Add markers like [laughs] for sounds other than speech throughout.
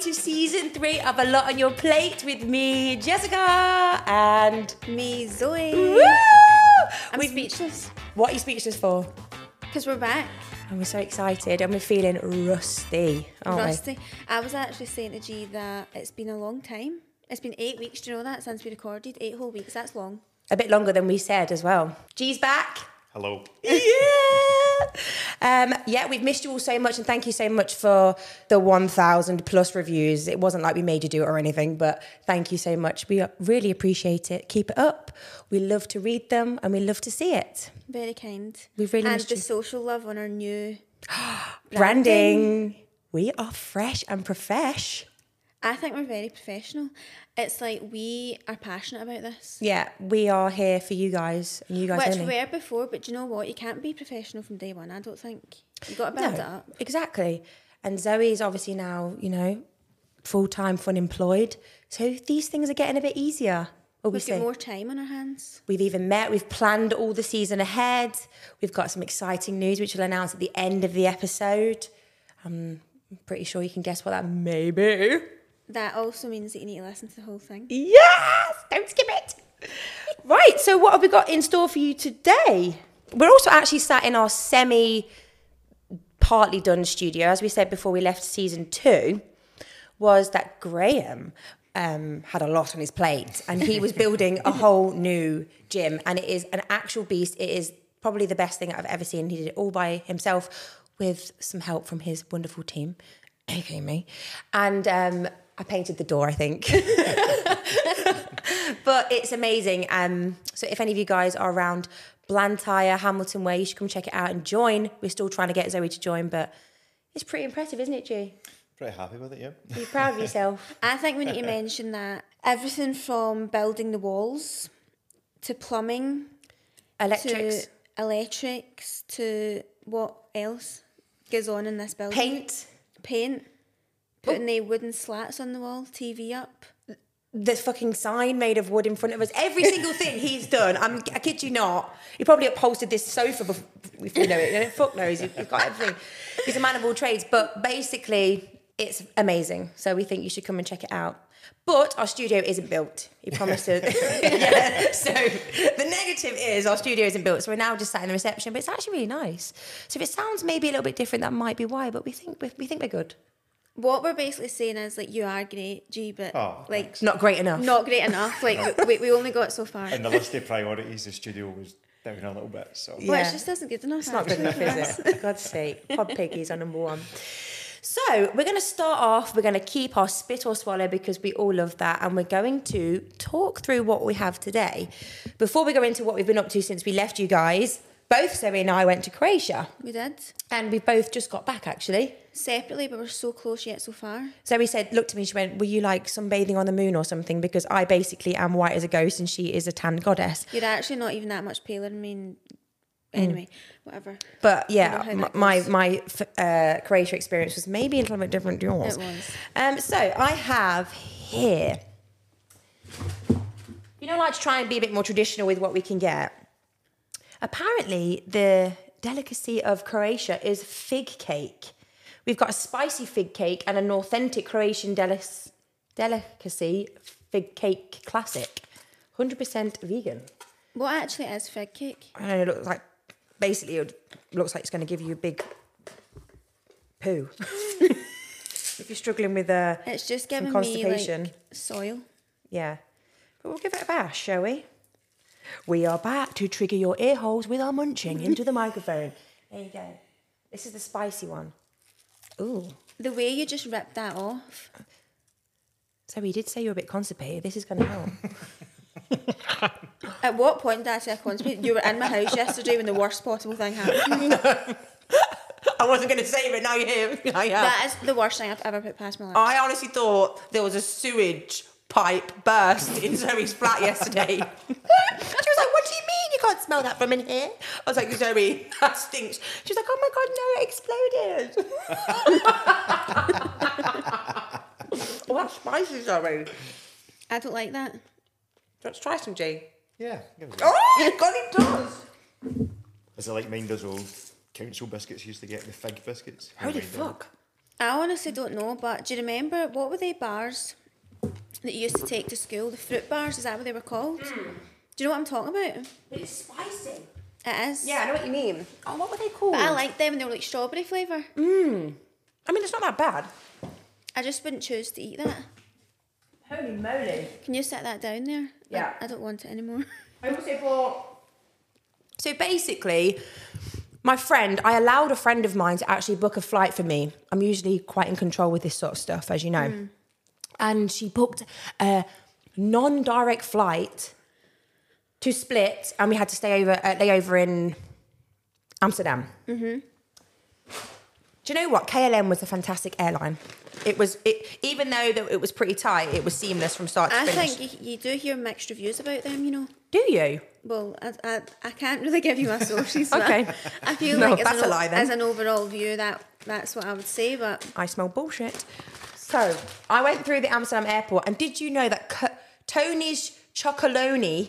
to season three of A Lot on Your Plate with me, Jessica, and Me, Woo! Zoe. I'm We've- speechless What are you speechless for? because we're back. And we're so excited, and we're feeling rusty, aren't Rusty. I was actually saying to G that it's been a long time. It's been eight weeks, do you know that, since we recorded? Eight whole weeks, that's long. we? A bit longer than we said as well. G's back. Hello. yeah. [laughs] Um, yeah, we've missed you all so much, and thank you so much for the 1,000 plus reviews. It wasn't like we made you do it or anything, but thank you so much. We really appreciate it. Keep it up. We love to read them, and we love to see it. Very kind. We've really And missed the you. social love on our new. Branding. We are fresh and profesh. I think we're very professional. It's like we are passionate about this. Yeah, we are here for you guys, and you guys Which we only. were before, but do you know what? You can't be professional from day one, I don't think. you got to build it up. Exactly. And Zoe's obviously now, you know, full time, fun employed. So these things are getting a bit easier. Or we We've got say. more time on our hands. We've even met, we've planned all the season ahead. We've got some exciting news, which we'll announce at the end of the episode. Um, I'm pretty sure you can guess what that may be. That also means that you need to listen to the whole thing. Yes! Don't skip it. Right, so what have we got in store for you today? We're also actually sat in our semi partly done studio. As we said before we left season two, was that Graham um, had a lot on his plate and he was building a whole new gym and it is an actual beast. It is probably the best thing I've ever seen. He did it all by himself with some help from his wonderful team, aka me. And um, I painted the door, I think but it's amazing. Um, so if any of you guys are around Blantyre, Hamilton Way, you should come check it out and join. We're still trying to get Zoe to join, but it's pretty impressive, isn't it, G? Pretty happy with it, [laughs] yeah. Be proud of yourself. I think we need to mention that everything from building the walls to plumbing Electrics, to electrics to what else goes on in this building? paint. Oh. Paint. Putting the wooden slats on the wall, TV up. The fucking sign made of wood in front of us. Every single thing he's done. I'm, I kid you not. He probably upholstered this sofa before, before you know it. Fuck knows. He's he's got everything. He's a man of all trades. But basically, it's amazing. So we think you should come and check it out. But our studio isn't built. He promised [laughs] us. yeah. So the negative is our studio isn't built. So we're now just sat in the reception, but it's actually really nice. So if it sounds maybe a little bit different, that might be why. But we think we, we think we're good. What we're basically saying is like you are great, G, but Oh, like Not great enough. not great enough. Like we, we only got so far. And the list of priorities, the studio was down a little bit. So Well, Yeah. it just isn't good enough. It's not good enough, is it? For God's sake. Pod piggies are number one. So we're going to start off. We're going to keep our spit or swallow because we all love that, and we're going to talk through what we have today. Before we go into what we've been up to since we left you guys, both Zoe and I went to Croatia, We did and we both just got back actually. separately, but we're so close yet so far. Zoe said, looked at me, she went, "Were you like sunbathing on the moon or something?" Because I basically am white as a ghost, and she is a tan goddess. You're actually not even that much paler. I mean, Mm. anyway, whatever. But know yeah, how m- that my goes. my f- uh, Croatia experience was maybe a little bit different to yours. It was. Um, so I have here. You know, like to try and be a bit more traditional with what we can get. Apparently, the delicacy of Croatia is fig cake. We've got a spicy fig cake and an authentic Croatian delic- delicacy fig cake classic, hundred percent vegan. What actually is fig cake? I don't know, it looks like basically it looks like it's going to give you a big poo. [laughs] if you're struggling with uh, It's just giving me constipation. like soil. yeah. But we'll give it a bash, shall we? We are back to trigger your ear holes with our munching into the microphone. There you go. This is the spicy one. Ooh. The way you just ripped that off. So you did say you're a bit constipated. This is going to help. At what point did I say I constipated? You were in my house yesterday when the worst possible thing happened. [laughs] I wasn't going to say it, but now you're here. I am. that is the worst thing I've ever put past my lips. I honestly thought there was a sewage pipe burst in Zoe's flat [laughs] yesterday. she was like, What do you mean you can't smell that from in here? I was like, Zoe, [laughs] that stinks. She was like, Oh my God, no, it exploded. [laughs] well, that's spicy, Zoe. I don't like that. Let's try some, G. yeah. give it a go. Oh, God, it does. Is it like mine does old council biscuits used to get the fig biscuits? Holy Mine don't. fuck. I honestly don't know, but do you remember what were they bars that you used to take to school? The fruit bars, is that what they were called? Hmm. Do you know what I'm talking about? But it's spicy. It is. Yeah, I know what you mean. Oh, what were they called? But I liked them and they were like strawberry flavour. I mean, it's not that bad. I just wouldn't choose to eat that. Holy moly. Can you set that down there? I- Yeah. I, don't want it anymore. [laughs] I also bought. So basically, my friend, I allowed a friend of mine to actually book a flight for me. I'm usually quite in control with this sort of stuff, as you know. And she booked a non direct flight to Split, and we had to stay over, uh, lay over in Amsterdam. Mm-hmm. Do you know what? KLM was a fantastic airline. It was, it, even though that it was pretty tight, it was seamless from start to I finish. think you, you do hear mixed reviews about them, you know. Do you? Well, I, I, I can't really give you my sources. but Okay. I feel No, like as, that's an, a o- lie then. as an overall view, that that's what I would say. But I smell bullshit. So I went through the Amsterdam airport, and did you know that co- Tony's Chocoloni,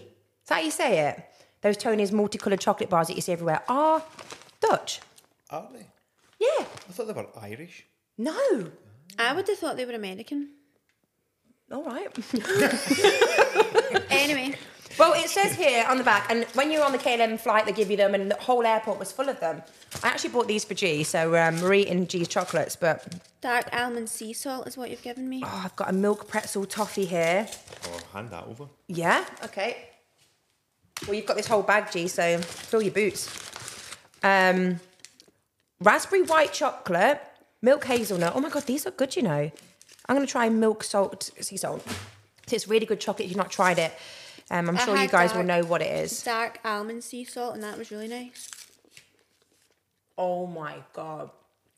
is that how you say it? Those Tony's multicoloured chocolate bars that you see everywhere are Dutch. Are they? Yeah. I thought they were Irish. No. I would have thought they were American. All right. [laughs] Anyway, well, it says here on the back, and when you're on the KLM flight, they give you them, and the whole airport was full of them. I actually bought these for G, so um, we're eating G's chocolates, but dark almond sea salt is what you've given me. oh, I've got a milk pretzel toffee here. Oh, hand that over. Yeah. Okay. Well, you've got this whole bag, G. So fill your boots. Um, raspberry white chocolate, milk hazelnut. Oh my god, these are good. You know, I'm gonna try milk salt sea salt. So it's really good chocolate. If you've not tried it, um, I'm I sure you had guys will dark. know what it is. Dark almond sea salt, and that was really nice. Oh my god,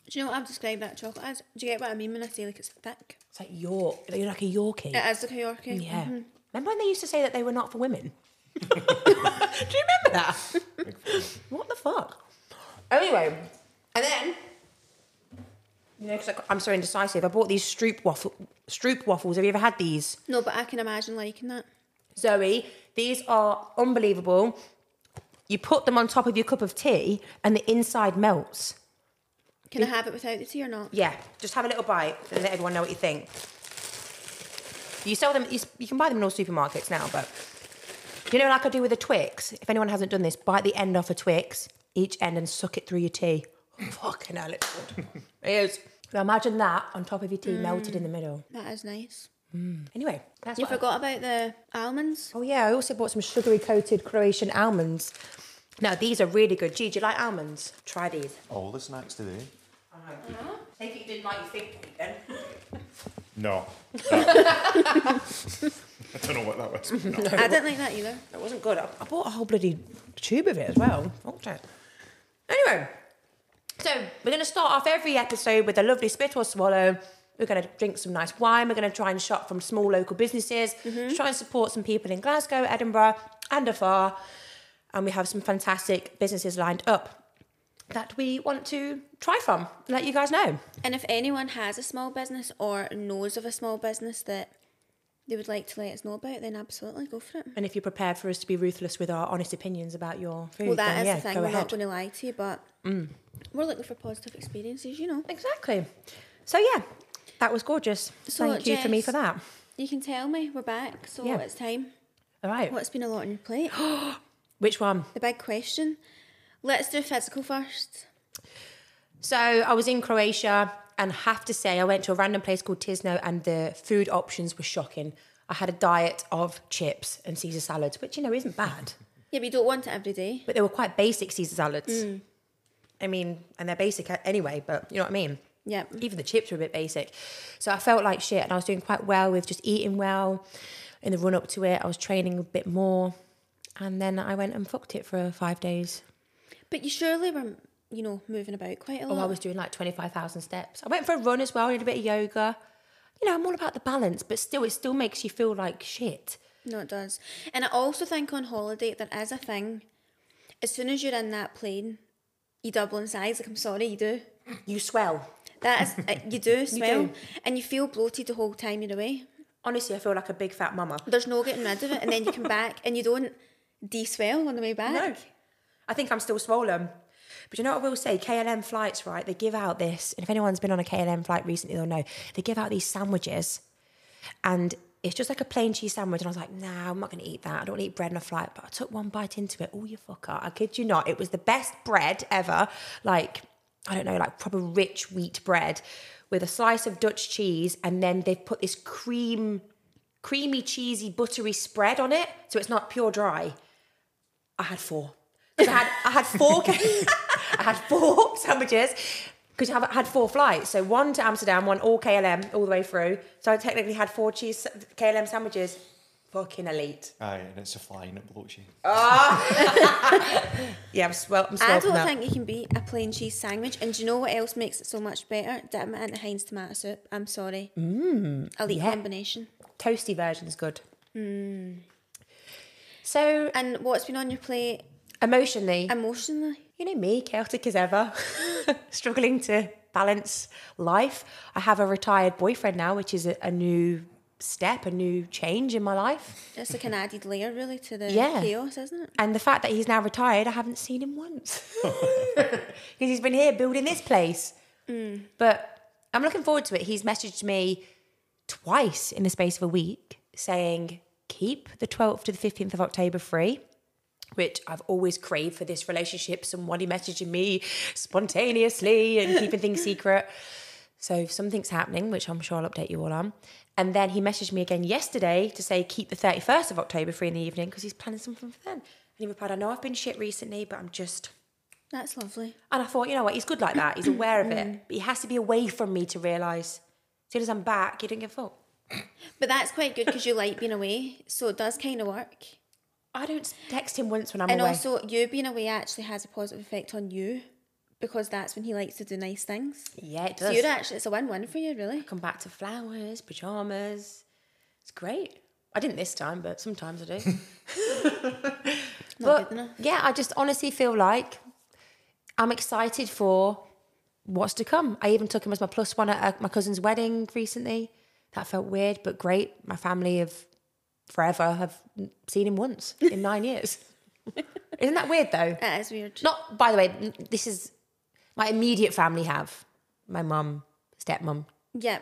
Do you know what I've described that chocolate as? Do you get what I mean when I say like it's thick? it's like York. You're like a Yorkie. It is like a Yorkie. yeah. Mm-hmm. Remember when they used to say that they were not for [laughs] women? Do you remember that? What the fuck? Anyway, and then you know, because I'm so indecisive, I bought these Stroop waffle Stroop waffles. Have you ever had these, No, but I can imagine liking that. Zoe? These are unbelievable. You put them on top of your cup of tea, and the inside melts. Can I have it without the tea or not? Yeah, just have a little bite and let everyone know what you think. You sell them. You, s- you can buy them in all supermarkets now, but you know, like I do with the Twix. If anyone hasn't done this, bite the end off a Twix, each end, and suck it through your tea. Oh, Fucking hell, it's [laughs] good. it is. Now imagine that on top of your tea, melted in the middle. That is nice. Anyway, that's You what I- forgot about the [laughs] almonds. oh yeah, I also bought some sugary coated Croatian almonds. Now these are really good. Gee, do you like almonds? Try these. All the snacks today. Uh-huh. Take it you didn't like your fig cake then. No. [laughs] I don't know what that was. but No. I didn't like that either. It wasn't good. I, I bought a whole bloody tube of it as well. Fucked it. Anyway, so we're going to start off every episode with a lovely spit or swallow. We're going to drink some nice wine. We're going to try and shop from small local businesses, Mm-hmm. try and support some people in Glasgow, Edinburgh, and afar. And we have some fantastic businesses lined up that we want to try from and let you guys know. And if anyone has a small business or knows of a small business that they would like to let us know about, then absolutely go for it. And if you're prepared for us to be ruthless with our honest opinions about your food, Well, that then is yeah, the thing. go We're ahead. Mm. not going to lie to you, but we're looking for positive experiences. You know, Exactly. So yeah, that was gorgeous. So, Thank you for me Jess- for that. you can tell me we're back, so Yeah. it's time. All right. What's been a lot on [gasps] your plate? Which one? the big question. Let's do physical first. So I was in Croatia and have to say I went to a random place called Tisno and the food options were shocking. I had a diet of chips and Caesar salads, which you know isn't bad, Yeah, but you don't want it every day. but they were quite basic Caesar salads. Mm. I mean, and they're basic anyway, but you know what I mean? Yeah. even the chips were a bit basic. So I felt like shit, and I was doing quite well with just eating well. In the run up to it, I was training a bit more, and then I went and fucked it for five days. But you surely were, you know, moving about quite a Oh, lot. I was doing like twenty five thousand steps. I went for a run as well. I did a bit of yoga. You know, I'm all about the balance, but still, it still makes you feel like shit. No, it does. And I also think on holiday there is a thing. As soon as you're in that plane, you double in size. Like I'm sorry, you do. You swell. That is, uh, you do smell, do. and you feel bloated the whole time you're away. Honestly, I feel like a big fat mama. There's no getting rid of it, and then you come back and you don't de-swell on the way back. I think I'm still swollen. But you know what I will say? KLM flights, right? They give out this, and if anyone's been on a KLM flight recently, they'll know they give out these sandwiches, and it's just like a plain cheese sandwich. And I was like, nah, I'm not going to eat that. I don't want to eat bread on a flight. But I took one bite into it. Oh, you fucker! I kid you not. It was the best bread ever. Like I don't know, like proper rich wheat bread with a slice of Dutch cheese, and then they've put this cream, creamy, cheesy, buttery spread on it, so it's not pure dry. I had four. 'Cause I had I had four. [laughs] K- I had four [laughs] sandwiches because I had four flights. So one to Amsterdam, one all KLM all the way through. So I technically had four cheese KLM sandwiches. Fucking elite. Aye, and it's a fly and it bloats you. Yeah, I'm swell. I'm I swell from don't that. think you can beat a plain cheese sandwich. And do you know what else makes it so much better? Dip it into Heinz tomato soup. I'm sorry. Mm, Mmm, Elite yeah. combination. Toasty version is good. So And what's been on your plate emotionally, Um, emotionally? you know me, chaotic as ever, [laughs] struggling to balance life. I have a retired boyfriend now, which is a, a new step, a new change in my life. It's like an added layer, really, to the Yeah. chaos, isn't it? And the fact that he's now retired, I haven't seen him once [laughs] because he's been here building this place. But I'm looking forward to it. He's messaged me twice in the space of a week saying, keep the 12th to the 15th of October free. Which I've always craved for this relationship, somebody messaging me spontaneously and keeping things secret. So if something's happening, which I'm sure I'll update you all on. And then he messaged me again yesterday to say keep the 31st of October free in the evening because he's planning something for then. And he replied, I know I've been shit recently, but I'm just. That's lovely. And I thought, you know what, he's good like that. He's aware of Mm. it. But he has to be away from me to realise. As soon as I'm back, he didn't give a fuck. But that's quite good because you like being away, so it does kind of work. I don't text him once when I'm and away. also, you being away actually has a positive effect on you because that's when he likes to do nice things. yeah, it So does. you're actually, it's a win win for you, really. come back to flowers, pajamas. It's great. I didn't this time, but sometimes I do. good enough. yeah, I just honestly feel like I'm excited for what's to come. I even took him as my plus one at uh, my cousin's wedding recently. That felt weird, but great. My family have forever have seen him once in nine years. Isn't that weird though? That is weird. Not by the way, n- this is my immediate family have my mum, stepmum, Yeah,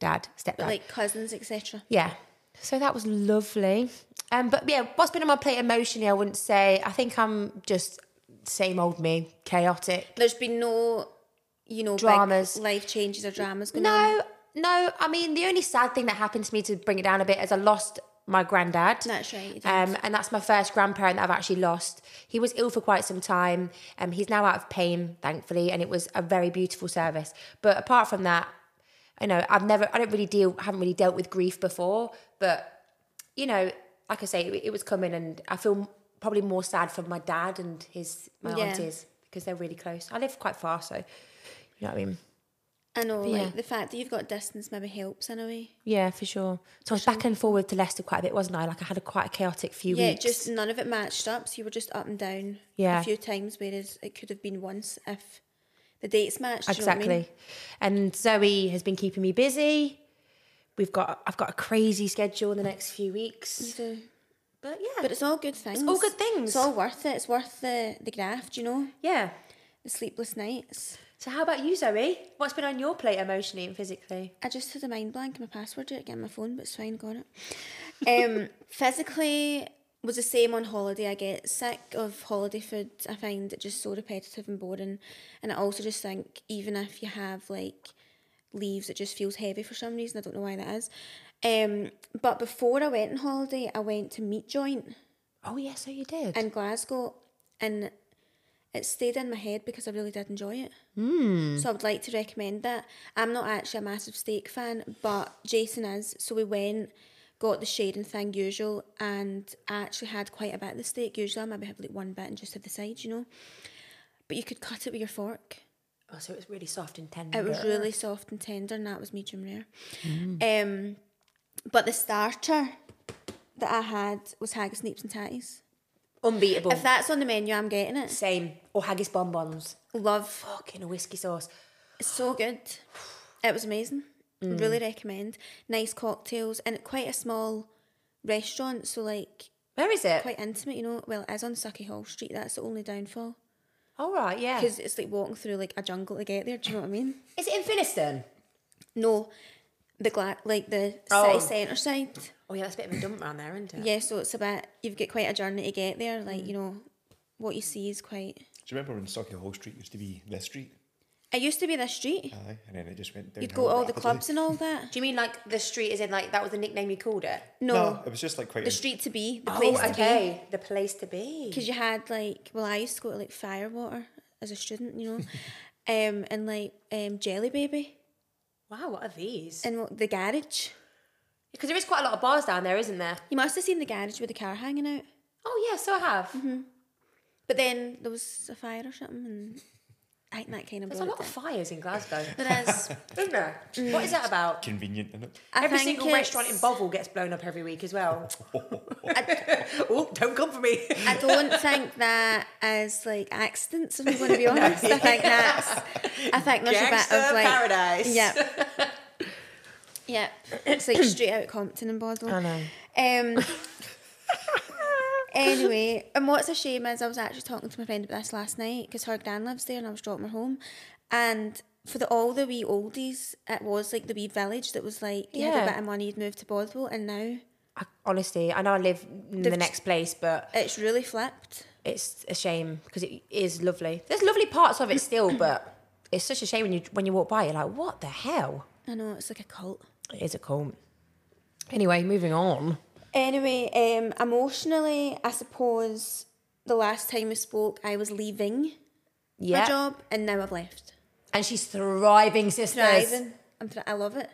dad, but stepdad. like cousins, etc. Yeah. So that was lovely. Um, but yeah, what's been on my plate emotionally, I wouldn't say. I think I'm just same old me, chaotic. There's been no, you know, big Dramas. life changes or dramas going on. No, no. I mean, the only sad thing that happened to me to bring it down a bit is I lost my granddad. That's right, you did. Um, and that's my first grandparent that I've actually lost. He was ill for quite some time. Um, he's now out of pain, thankfully, and it was a very beautiful service. But apart from that, I know I've never, I don't really deal, haven't really dealt with grief before. But you know, like I say, it, it was coming, and I feel probably more sad for my dad and his my Yeah. aunties because they're really close. I live quite far, so you know what I mean. I know, like yeah. the fact that you've got distance maybe helps in a way. Yeah, for sure. So I was back and forward to Leicester quite a bit, wasn't I? Like I had a quite a chaotic few Yeah, weeks. just none of it matched up. So you were just up and down Yeah. a few times, whereas it could have been once if the dates matched. do you know what I exactly. mean? And Zoe has been keeping me busy. We've got I've got a crazy schedule in the next few weeks. So- But yeah. But it's all good things. Ah. all good things. It's all worth it. It's worth the the graft, you know, yeah. the sleepless nights. So how about you, Zoe? What's been on your plate emotionally and physically? I just had a mind blank. My password didn't get on my phone, but it's fine. Got it. Um, physically was the same on holiday. I get sick of holiday food. I find it just so repetitive and boring. And I also just think even if you have like leaves, it just feels heavy for some reason. I don't know why that is. Um, but before I went on holiday, I went to Meat Joint Oh yeah, so you did. in Glasgow, and it stayed in my head because I really did enjoy it. Mm. So I would like to recommend that. I'm not actually a massive steak fan, but Jason is. So we went, got the shading thing usual, and I actually had quite a bit of the steak. Usually I maybe have like one bit and just have the sides, you know. But you could cut it with your fork. oh, so it was really soft and tender. It was really soft and tender, and that was medium rare. Um, but the starter that I had was haggis, neeps, and tatties. unbeatable. If that's on the menu, I'm getting it. Same. Or haggis bonbons. Love. Fucking a whiskey sauce. It's so good. It was amazing. Mm. Really recommend. Nice cocktails and quite a small restaurant, so like Where is it? quite intimate, you know. Well, it is on Sucky Hall Street. That's the only downfall. All right, yeah. because it's like walking through like a jungle to get there. Do you know what I mean? Is it in Finiston? No, the gla- like the Oh. city centre side. Oh yeah, that's a bit of a dump round there, isn't it? Yeah, so it's about you've got quite a journey to get there. Mm. Like you know, what you see is quite. Do you remember when Sucky Hall Street used to be this street? It used to be this street. Aye, and then it just went down. You'd go to all the clubs and all that. Do you mean like the street is in like that was the nickname you called it? No, No, it was just like quite. the a- street to be, the Oh, place to be. okay. The place to be. Because you had like, well, I used to go to like Firewater as a student, you know, um, and like um, Jelly Baby Wow, what are these? and what- the garage. Because there is quite a lot of bars down there, isn't there? You must have seen the garage with the car hanging out. Oh yeah, so I have. But then there was a fire or something, and I think that kind of. There's a lot of fires in [laughs] Glasgow, There is. isn't there? What is that about? Convenient, innit? [laughs] I every think single it's- restaurant in Bovril gets blown up every week as [laughs] well. oh, don't come for me. I don't think that as like accidents. If I'm going to [laughs] be honest, I think that's. I think there's a bit [laughs] of Gangster like paradise. [laughs] Yep. yep. It's like straight out Compton and Bodwell. I [laughs] know. Um. anyway, and what's a shame is I was actually talking to my friend about this last night because her gran lives there and I was dropping her home, and. For the, all the wee oldies, it was like the wee village that was like you had Yeah. a bit of money, you'd move to Bodwell, and now I, honestly, I know I live in the They've- next place, but it's really flipped. it's a shame because it is lovely. There's lovely parts of it [coughs] still, but it's such a shame when you when you walk by. You're like, what the hell? I know it's like a cult. It is a cult. Anyway, moving on. Anyway, um, emotionally, I suppose the last time we spoke, I was leaving my Yeah, job, and now I've left. and she's thriving, sisters. Thriving. I'm thr- I love it.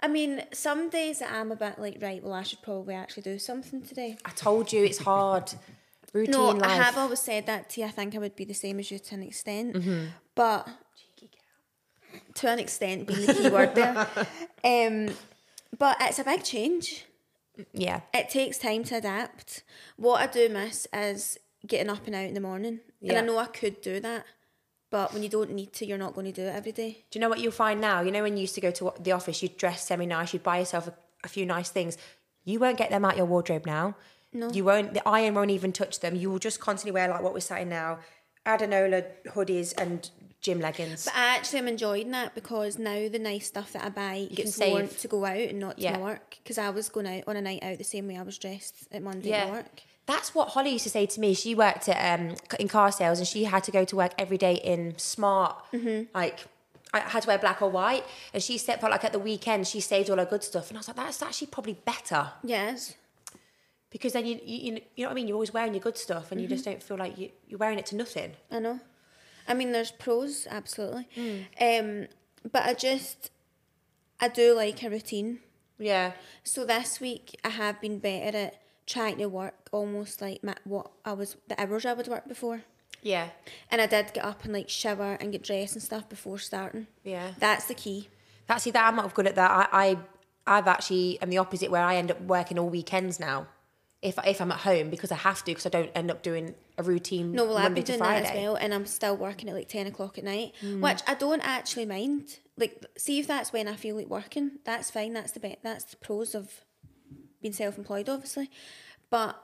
I mean, some days I'm a bit like, right, well, I should probably actually do something today. I told you it's hard. [laughs] Routine No, life. I have always said that to you. I think I would be the same as you to an extent, but to an extent being the key word there. Um, but it's a big change. yeah, it takes time to adapt. What I do miss is getting up and out in the morning. And Yeah. I know I could do that, but when you don't need to, you're not going to do it every day. Do you know what you'll find now? You know when you used to go to the office, you'd dress semi nice, you'd buy yourself a, a few nice things. You won't get them out your wardrobe now. No. You won't. The iron won't even touch them. You will just constantly wear like what we're saying now, Adenola hoodies and gym leggings. But I actually am enjoying that because now the nice stuff that I buy gets can worn save. to go out and not to Yeah. my work. Because I was going out on a night out the same way I was dressed at Monday at Yeah. work. That's what Holly used to say to me. She worked at um, c- in car sales and she had to go to work every day in smart, Mm-hmm. like I had to wear black or white. And she said, but like at the weekend, she saved all her good stuff. And I was like, that's actually probably better. Yes. because then you you, you know what I mean. You're always wearing your good stuff, and you Mm-hmm. just don't feel like you, you're wearing it to nothing. I know. I mean, there's pros, absolutely. Hmm. Um, but I just, I do like a routine. Yeah, So this week I have been better at trying to work almost like my, what I was the hours I would work before. yeah, And I did get up and like shower and get dressed and stuff before starting. yeah. That's the key. That's see that I'm not good at that. I, I I've actually am the opposite where I end up working all weekends now, if if I'm at home because I have to because I don't end up doing a routine No, well, I've Monday been doing to Friday. Mm. that as well, and I'm still working at like ten o'clock at night, which I don't actually mind. Like, see if that's when I feel like working. That's fine. That's the bet. That's the pros of being self-employed, obviously. But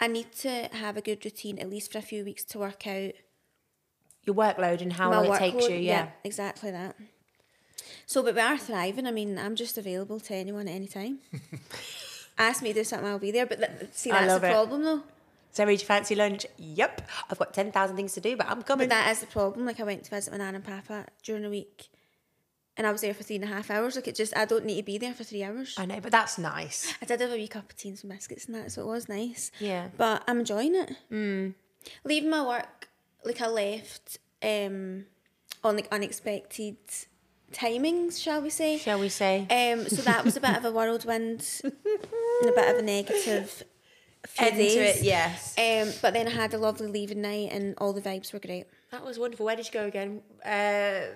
I need to have a good routine at least for a few weeks to work out Your workload and how my long workload. it takes you. Yeah. exactly that. So, but we are thriving. I mean, I'm just available to anyone at any [laughs] time. Ask me to do something, I'll be there. But th- see, I that's love the it. problem, though. So, do you fancy lunch? Yep. I've got ten thousand things to do, but I'm coming. But that is the problem. Like, I went to visit my nan and papa during the week, and I was there for three and a half hours. Like, it just I don't need to be there for three hours. I know, but that's [laughs] nice. I did have a wee cup of tea and some biscuits and that, so it was nice. Yeah. But I'm enjoying it. Mm. Leaving my work, like I left um, on like unexpected timings, shall we say? Shall we say? Um, so that was a bit of a whirlwind and a bit of [laughs] a negative few End to days. it, yes. Um, but then I had a lovely leaving night and all the vibes were great. That was wonderful. Where did you go again? Uh,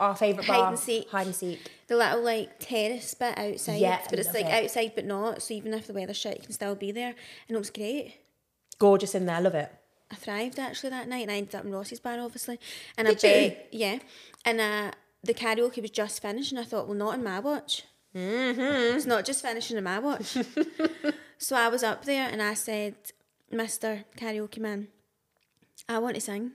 our favourite bar. Hide and seek. Hide and seek. The little like terrace bit outside, Yeah, I but it's love like it. outside but not. So even if the weather's shit, you can still be there, and it was great. Gorgeous in there. I love it. [laughs] I thrived actually that night, and I ended up in Ross's bar, obviously. And I Did you? bet, yeah. And uh, the karaoke was just finished, and I thought, well, not in my watch. Mm-hmm. It's not just finishing in [laughs] my watch. so I was up there, and I said, Mister Karaoke Man, I want to sing.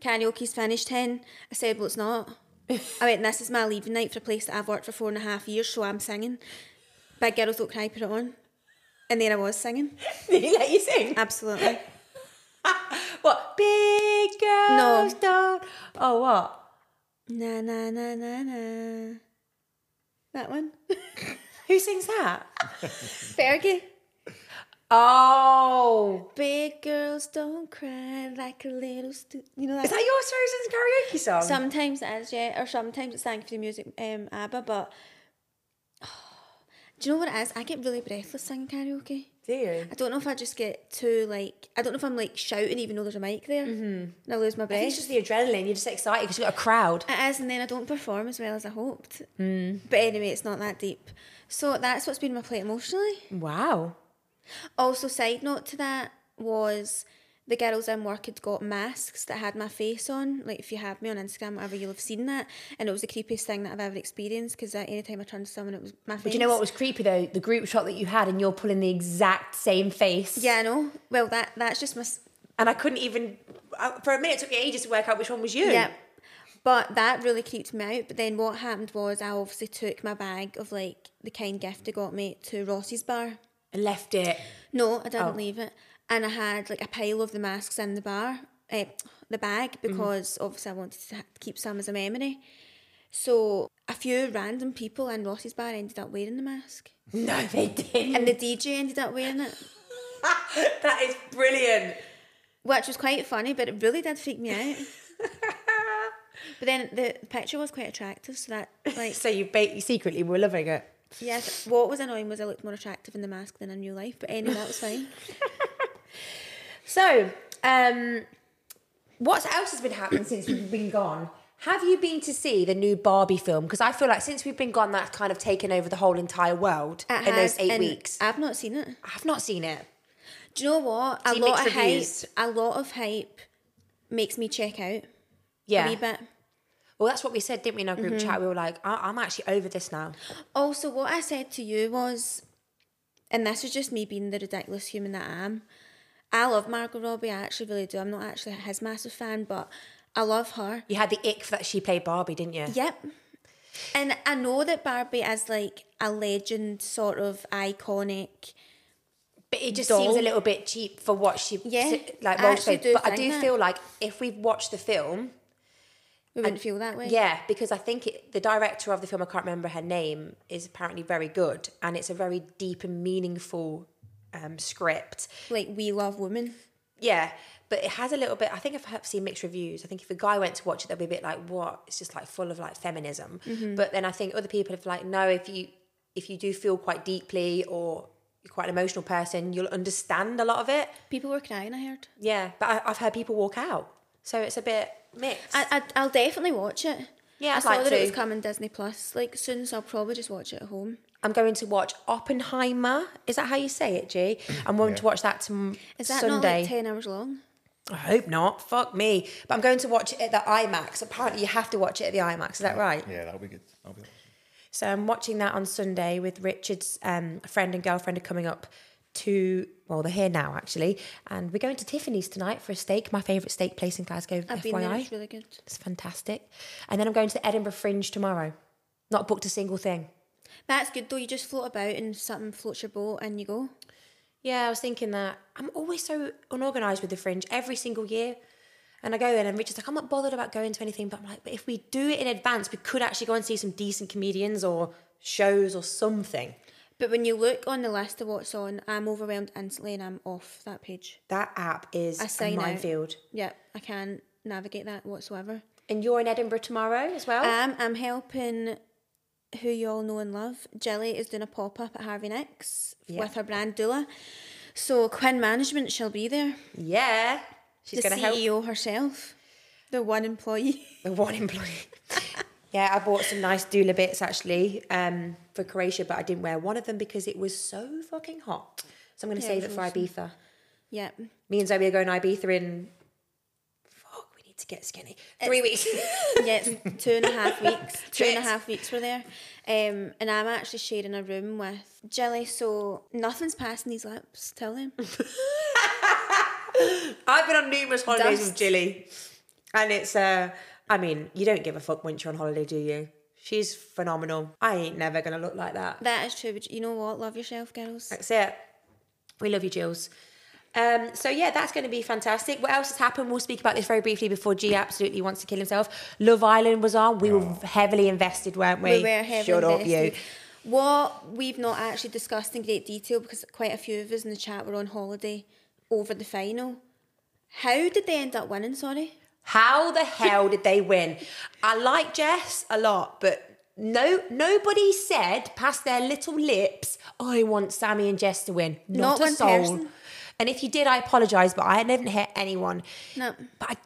Karaoke's finished 10. I said, well, [laughs] it's not. I went, this is my leaving night for a place that I've worked for four and a half years, so I'm singing. Big girls don't cry, put it on. And there I was singing. Did he let you [laughs] sing? Absolutely. What? Big girls don't. Oh, what? na, na, na, na, na. That one. Who sings that? Fergie. Oh. Big girls don't cry like a little stu- You know Is that your Susan's karaoke song? Sometimes it is, yeah, or sometimes it's thank you for the music, um, ABBA, but [sighs] do you know what it is? I get really breathless singing karaoke. Do you? I don't know if I just get too, like, I don't know if I'm, like, shouting even though there's a mic there and I lose my Mm-hmm. I think it's just breath. the adrenaline. You're just excited because you've got a crowd. It is, and then I don't perform as well as I hoped. Mm. But anyway, it's not that deep. So that's what's been my plate emotionally. Wow. Also, side note to that was the girls in work had got masks that had my face on. Like, if you have me on Instagram, whatever, you'll have seen that. And it was the creepiest thing that I've ever experienced because at any time I turned to someone, it was my face. But you know what was creepy though? The group shot that you had and you're pulling the exact same face. Yeah, I know. Well, that that's just my. s- And I couldn't even, I- for a minute, it took me ages to work out which one was you. Yeah. But that really creeped me out. But then what happened was I obviously took my bag of like the kind gift they got me to Ross's bar. And left it. No, I didn't Oh. leave it. And I had like a pile of the masks in the bar, uh, the bag, Mm-hmm. because obviously I wanted to ha- keep some as a memory. So a few random people in Ross's bar ended up wearing the mask. No, they didn't. And the DJ ended up wearing it, [laughs] that is brilliant. which was quite funny, but it really did freak me [laughs] out. but then the picture was quite attractive, so that, like, [laughs] So you, ba- you secretly were loving it. yes, what was annoying was I looked more attractive in the mask than in real life, but anyway, that was fine. [laughs] So, um, what else has been happening since we've been gone? Have you been to see the new Barbie film? Because I feel like since we've been gone, that's kind of taken over the whole entire world It in has, those eight and weeks. I've not seen it. I have not seen it. Do you know what? See a lot mixed of hype. reviews. A lot of hype makes me check out a Yeah. wee bit. Well, that's what we said, didn't we, in our group Mm-hmm. chat? We were like, I- I'm actually over this now. Also, what I said to you was, and this is just me being the ridiculous human that I am. I love Margot Robbie. I actually really do. I'm not actually his massive fan, but I love her. You had the ick for that she played Barbie, didn't you? Yep. And I know that Barbie is like a legend, sort of iconic. But it just Dull. seems a little bit cheap for what she Yeah, like. I Rose actually played. do but I think do that. feel like if we've watched the film, We wouldn't feel that way. Yeah, because I think it, the director of the film, I can't remember her name, is apparently very good, and it's a very deep and meaningful um, script. Like we love women. Yeah, but it has a little bit. I think I've heard- seen mixed reviews. I think if a guy went to watch it, they'll be a bit like, "What?" It's just like full of like feminism. Mm-hmm. But then I think other people have like, "No, if you if you do feel quite deeply or you're quite an emotional person, you'll understand a lot of it." People were crying. I heard. Yeah, but I, I've heard people walk out, so it's a bit mixed. I, I, I'll definitely watch it. Yeah, I I'd saw like that it was to. coming Disney Plus like soon, so I'll probably just watch it at home. I'm going to watch Oppenheimer. Is that how you say it, G? I'm going to Yeah. watch that tom- Is that not Sunday. like ten hours long? I hope not. Fuck me. But I'm going to watch it at the IMAX. Apparently, you have to watch it at the IMAX. Is that right? Yeah, that'll be good. That'll be awesome. So I'm watching that on Sunday with Richard's um, friend and girlfriend are coming up to. Well, they're here now actually, and we're going to Tiffany's tonight for a steak. My favourite steak place in Glasgow. I've FYI, been there. It's really good. it's fantastic. And then I'm going to the Edinburgh Fringe tomorrow. Not booked a single thing. That's good though. You just float about and something floats your boat and you go. Yeah, I was thinking that. I'm always so unorganised with the fringe every single year. And I go in, and Richard's like, I'm not bothered about going to anything. But I'm like, but if we do it in advance, we could actually go and see some decent comedians or shows or something. But when you look on the list of what's on, I'm overwhelmed instantly and I'm off that page. That app is I a sign out. minefield. Yep, I can't navigate that whatsoever. And you're in Edinburgh tomorrow as well? Um, I'm helping who you all know and love. Jelly is doing a pop up at Harvey Nicks Yeah. with her brand Dula. So Quinn Management shall be there. yeah. She's the E going to help CEO herself, the one employee. the [laughs] one employee. yeah, I bought some nice doula bits actually um, for Croatia, but I didn't wear one of them because it was so fucking hot. So I'm going to Yeah, save it it was for Ibiza. [laughs] yeah, Me and Zoe are going Ibiza in. Fuck, we need to get skinny. Three [laughs] weeks. yeah, it's two and a half [laughs] weeks. Two and a Yes. half weeks we're there, um, and I'm actually sharing a room with [laughs] Jilly. So nothing's passing these lips. Tell them I've I've been on numerous holidays with Dust. Jilly, and it's uh, I mean, you don't give a fuck once you're on holiday, do you? She's phenomenal. I ain't never gonna look like that. That is true. But you know what? Love yourself, girls. That's it. We love you, Jules. Um, so yeah, that's going to be fantastic. What else has happened? We'll speak about this very briefly before G absolutely wants to kill himself. Love Island was on. We were heavily invested, weren't we? We were heavily Shut up, invested. you. What we've not actually discussed in great detail because quite a few of us in the chat were on holiday over the final. How did they end up winning? Sorry. How the hell did they win? I like Jess a lot, but no, nobody said past their little lips, "Oh, "I want Sammy and Jess to win." Not, Not a one soul. person. And if you did, I apologise, but I didn't hit anyone. No. But I,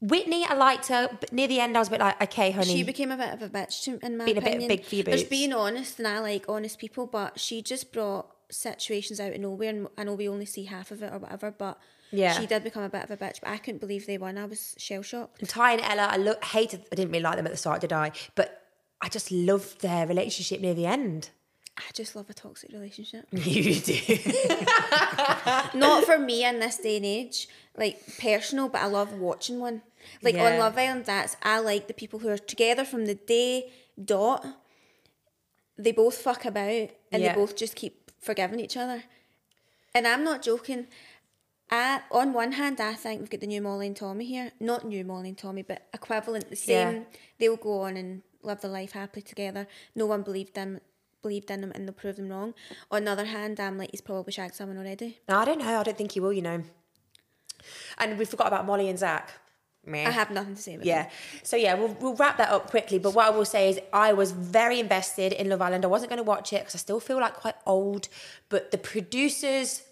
Whitney, I liked her, but near the end, I was a bit like, "Okay, honey." She became a bit of a bitch to, in my Been a bit opinion. big for your There's boots. being honest, and I like honest people, but she just brought situations out of nowhere. And I know we only see half of it or whatever, but Yeah. she did become a bit of a bitch. But I couldn't believe they won. I was shell shocked. And Ty and Ella, I look, hated. I didn't really like them at the start, did I? But I just loved their relationship near the end. [laughs] I just love a toxic relationship. You do. [laughs] Not for me in this day and age, like personal, but I love watching one. Like Yeah. on Love Island, that's I like the people who are together from the day dot. They both fuck about and Yeah. they both just keep forgiving each other. And I'm not joking. I, on one hand, I think we've got the new Molly and Tommy here. Not new Molly and Tommy, but equivalent, the Yeah. same. They'll go on and live their life happily together. No one believed them, believed in them, and they'll prove them wrong. On the other hand, I'm like, he's probably shagged someone already. No, I don't know. I don't think you will, you know. And we forgot about Molly and Zach. Meh. I have nothing to say about Yeah. So yeah, we'll, we'll wrap that up quickly. But what I will say is, I was very invested in Love Island. I wasn't going to watch it because I still feel like quite old. But the producers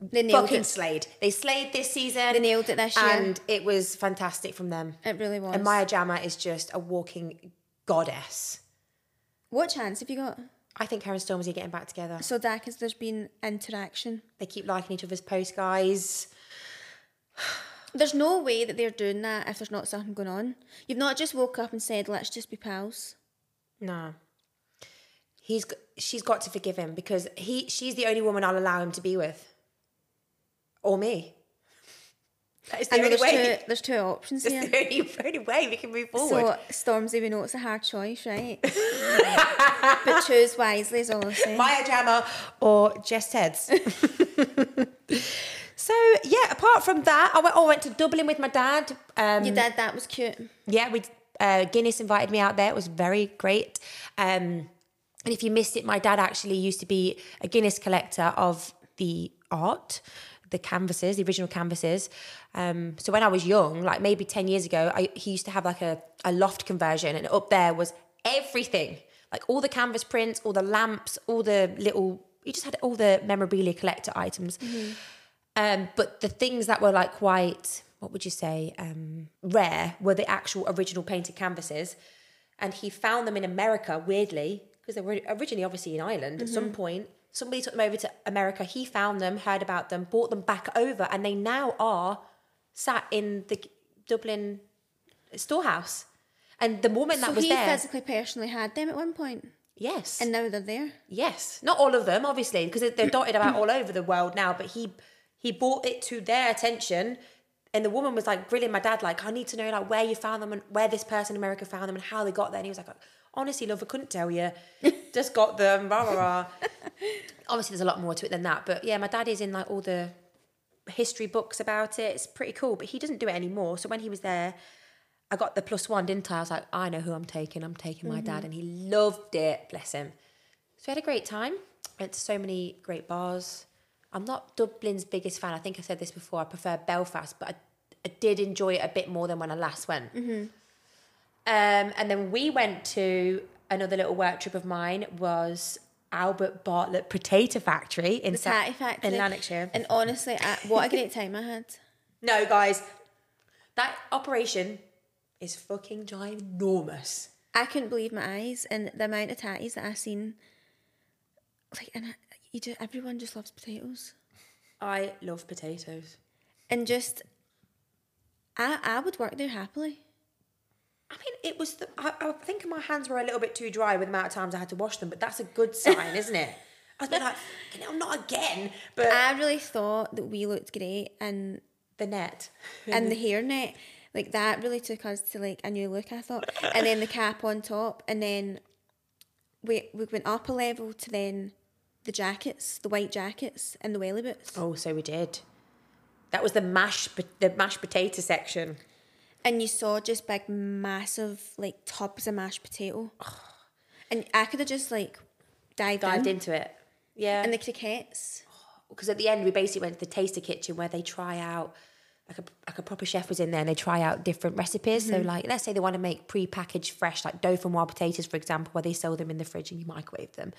that. They nailed fucking it. slayed. They slayed this season. They nailed it this year. and it was fantastic from them. it really was. And Maya Jama is just a walking goddess. what chance have you got? I think her and Stormzy are getting back together. So Dak is there's been interaction. They keep liking each other's posts, guys. There's no way that they're doing that if there's not something going on. You've not just woke up and said, "Let's just be pals." No. He's g- she's got to forgive him because he she's the only woman I'll allow him to be with. Or me. That is the And only there's way. [laughs] two, there's two options That's here. the only, [laughs] only way we can move forward. So Stormzy, we know it's a hard choice, [laughs] right? but choose wisely is all I'm saying. Maya Jama or Jess Ted's. [laughs] so yeah, apart from that, I went, oh, I went to Dublin with my dad. Um, Your dad, that was cute. yeah, we uh, Guinness invited me out there. It was very great. Um, and if you missed it, my dad actually used to be a Guinness collector of the art, the canvases, the original canvases. Um, so when I was young, like maybe ten years ago, I, he used to have like a, a loft conversion, and up there was everything, like all the canvas prints, all the lamps, all the little. He just had all the memorabilia collector items. Um, but the things that were like quite, what would you say, um, rare were the actual original painted canvases. And he found them in America, weirdly, because they were originally obviously in Ireland at Mm-hmm. some point. Somebody took them over to America. He found them, heard about them, brought them back over, and they now are sat in the Dublin storehouse. And the woman that so was he there, physically, personally had them at one point, yes, and now they're there. Yes, not all of them, obviously, because they're dotted about all over the world now. But he he brought it to their attention, and the woman was like grilling my dad, like, "I need to know like where you found them and where this person in America found them and how they got there." And he was like, "Honestly, love, I couldn't tell you. Just got them." Rah rah rah. obviously, there's a lot more to it than that, but yeah, my dad is in like all the history books about it. It's pretty cool, but he doesn't do it anymore. So when he was there. I got the plus one, didn't I? I was like, I know who I'm taking. I'm taking my dad. And he loved it. Bless him. So we had a great time. Went to so many great bars. I'm not Dublin's biggest fan. I think I said this before. I prefer Belfast, but I, I did enjoy it a bit more than when I last went. Um, and then we went to another little work trip of mine was Albert Bartlett Potato Factory in The Sa- tatty factory in Lanarkshire. And honestly, I, what a great time I had. No, guys, that operation is fucking ginormous. I couldn't believe my eyes and the amount of tatties that I seen. Like, and I, you just, everyone just loves potatoes, I love potatoes. and just, I I would work there happily. I mean, it was. The, I, I think my hands were a little bit too dry with the amount of times I had to wash them, but that's a good sign, isn't [laughs] it? I was a bit like, "Fucking hell, not again. But I really thought that we looked great, and the net. and the hairnet like that really took us to like a new look i thought and then the cap on top and then we we went up a level to then the jackets the white jackets and the welly boots Oh, so we did. That was the mash, the mashed potato section. and you saw just big massive like tubs of mashed potato and i could have just like dived, Dived in. into it. Yeah. and the croquettes because at the end we basically went to the taster kitchen where they try out like a, like a proper chef was in there and they try out different recipes. So like let's say they want to make pre-packaged fresh like dough from wild potatoes for example where they sell them in the fridge and you microwave them.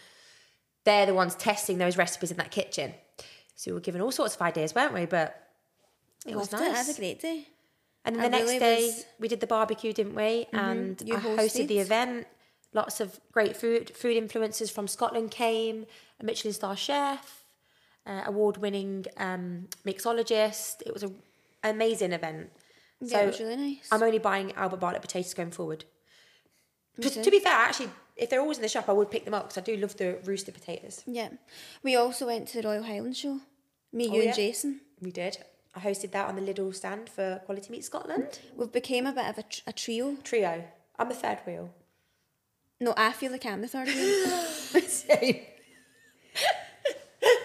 They're the ones testing those recipes in that kitchen. So we were given all sorts of ideas, weren't we? But it was Loved it. nice. had a great day And then I the next really day was- Mm-hmm. we did the barbecue, didn't we? And You I hosted the hosted. event. Lots of great food food influencers from Scotland came. A Michelin star chef, uh, award winning um, mixologist. It was an amazing event. yeah it was really nice I'm only buying Albert Bartlett potatoes going forward. To, too. to be fair, actually, if they're always in the shop, I would pick them up because I do love the rooster potatoes. yeah we also went to the royal highland show me you Oh, yeah. and jason We did. I hosted that on the Lidl stand for Quality Meat Scotland We've became a bit of a, tr- a trio. trio. I'm the third [laughs] wheel. No, I feel like I'm the third [laughs] one.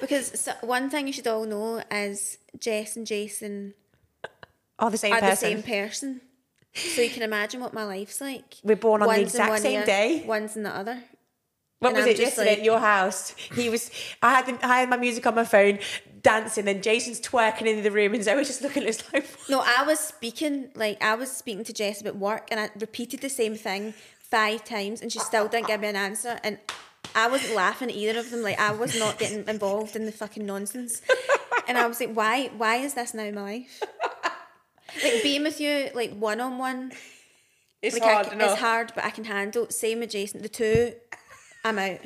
because so, one thing you should all know is Jess and Jason Are the same are person. the same person. So you can imagine what my life's like. We're born on the One's in exact one same ear, day. One's in the other. What And was I'm it just yesterday like- at your house? He was. I had him, I had my music on my phone, dancing, and Jason's twerking in the room, and Zoe just looking at us like, what? No, I was speaking, like, I was speaking to Jess about work and I repeated the same thing five times and she still didn't give me an answer. And I wasn't laughing at either of them. Like, I was not getting involved in the fucking nonsense. And I was like, why, why is this now my life? Like, being with you, like, one on one, "It's like, I, hard c- enough." it's hard, but I can handle. it. Same with Jason. The two, I'm out.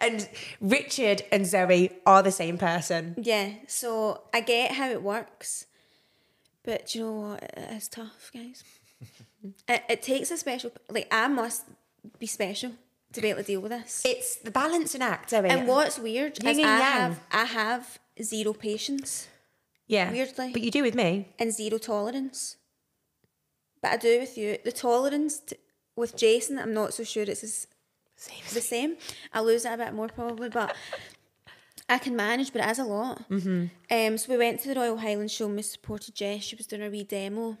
And Richard and Zoe are the same person. Yeah. So I get how it works, but do you know what? It is tough, [laughs] guys. it, it takes a special. Like I must be special to be able to deal with this. It's the balancing act, Zoe. and what's weird Yin is and I yang. have I have zero patience yeah, weirdly- but you do with me. and zero tolerance. But I do with you. The tolerance t- with Jason, I'm not so sure it's as Same. the same. I lose it a bit more probably, but I can manage. But it is a lot. Mm-hmm. Um, so we went to the Royal Highland Show. and We supported Jess. She was doing a wee demo,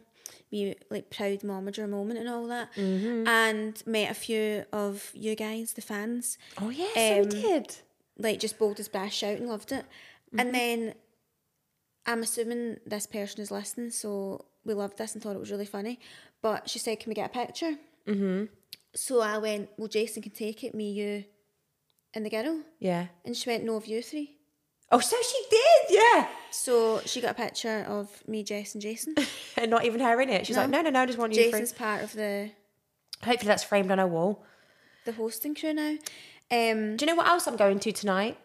wee like proud momager moment and all that, and met a few of you guys, the fans. Oh yeah, so we Um, did. Like just bold as brass shouting, loved it. And then I'm assuming this person is listening, so we loved this and thought it was really funny. But she said, "Can we get a picture?" Mm-hmm. So I went, "Well, Jason can take it, me, you, and the girl." Yeah. And she went, "No, of you three. Oh, so she did. Yeah. So she got a picture of me, Jess, and Jason. And not even her in it. She's No. like, no, no, no, I just want you. free." Jason's part of the Hopefully that's framed on her wall. the hosting crew now. Um, Do you know what else I'm going to tonight?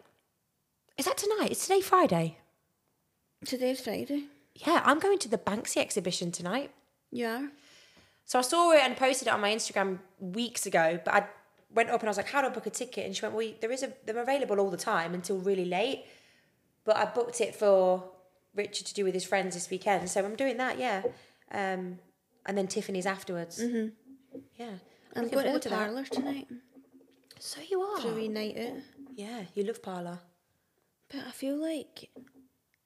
Is that tonight? It's today Friday. today's Friday. Yeah, I'm going to the Banksy exhibition tonight. You are. So I saw it and posted it on my Instagram weeks ago, but I went up and I was like, "How do I book a ticket?" And she went, "Well, there is a they're available all the time until really late." But I booked it for Richard to do with his friends this weekend, so I'm doing that, yeah. Um, and then Tiffany's afterwards. Mm-hmm. Yeah, I'm looking going forward to to the that. parlour tonight So you are, for a wee night out. yeah. You love parlour. But I feel like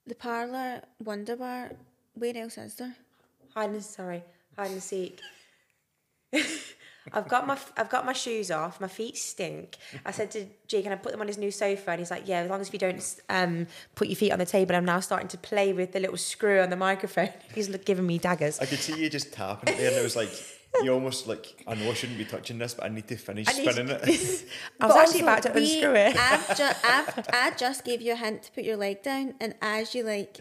the parlour, Wonder Bar, where else is there? Hide and sorry, hide and seek. [laughs] I've got my I've got my shoes off. My feet stink. I said to G, "Can I put them on his new sofa?" And he's like, "Yeah, as long as you don't um, put your feet on the table." I'm now starting to play with the little screw on the microphone. [laughs] He's look- giving me daggers. I could see you just tapping it there, and it was like you almost like I know I shouldn't be touching this, but I need to finish I need to- spinning [laughs] it. I was But actually also, about to we- unscrew it. [laughs] I've ju- I've, I just gave you a hint to put your leg down, and as you like,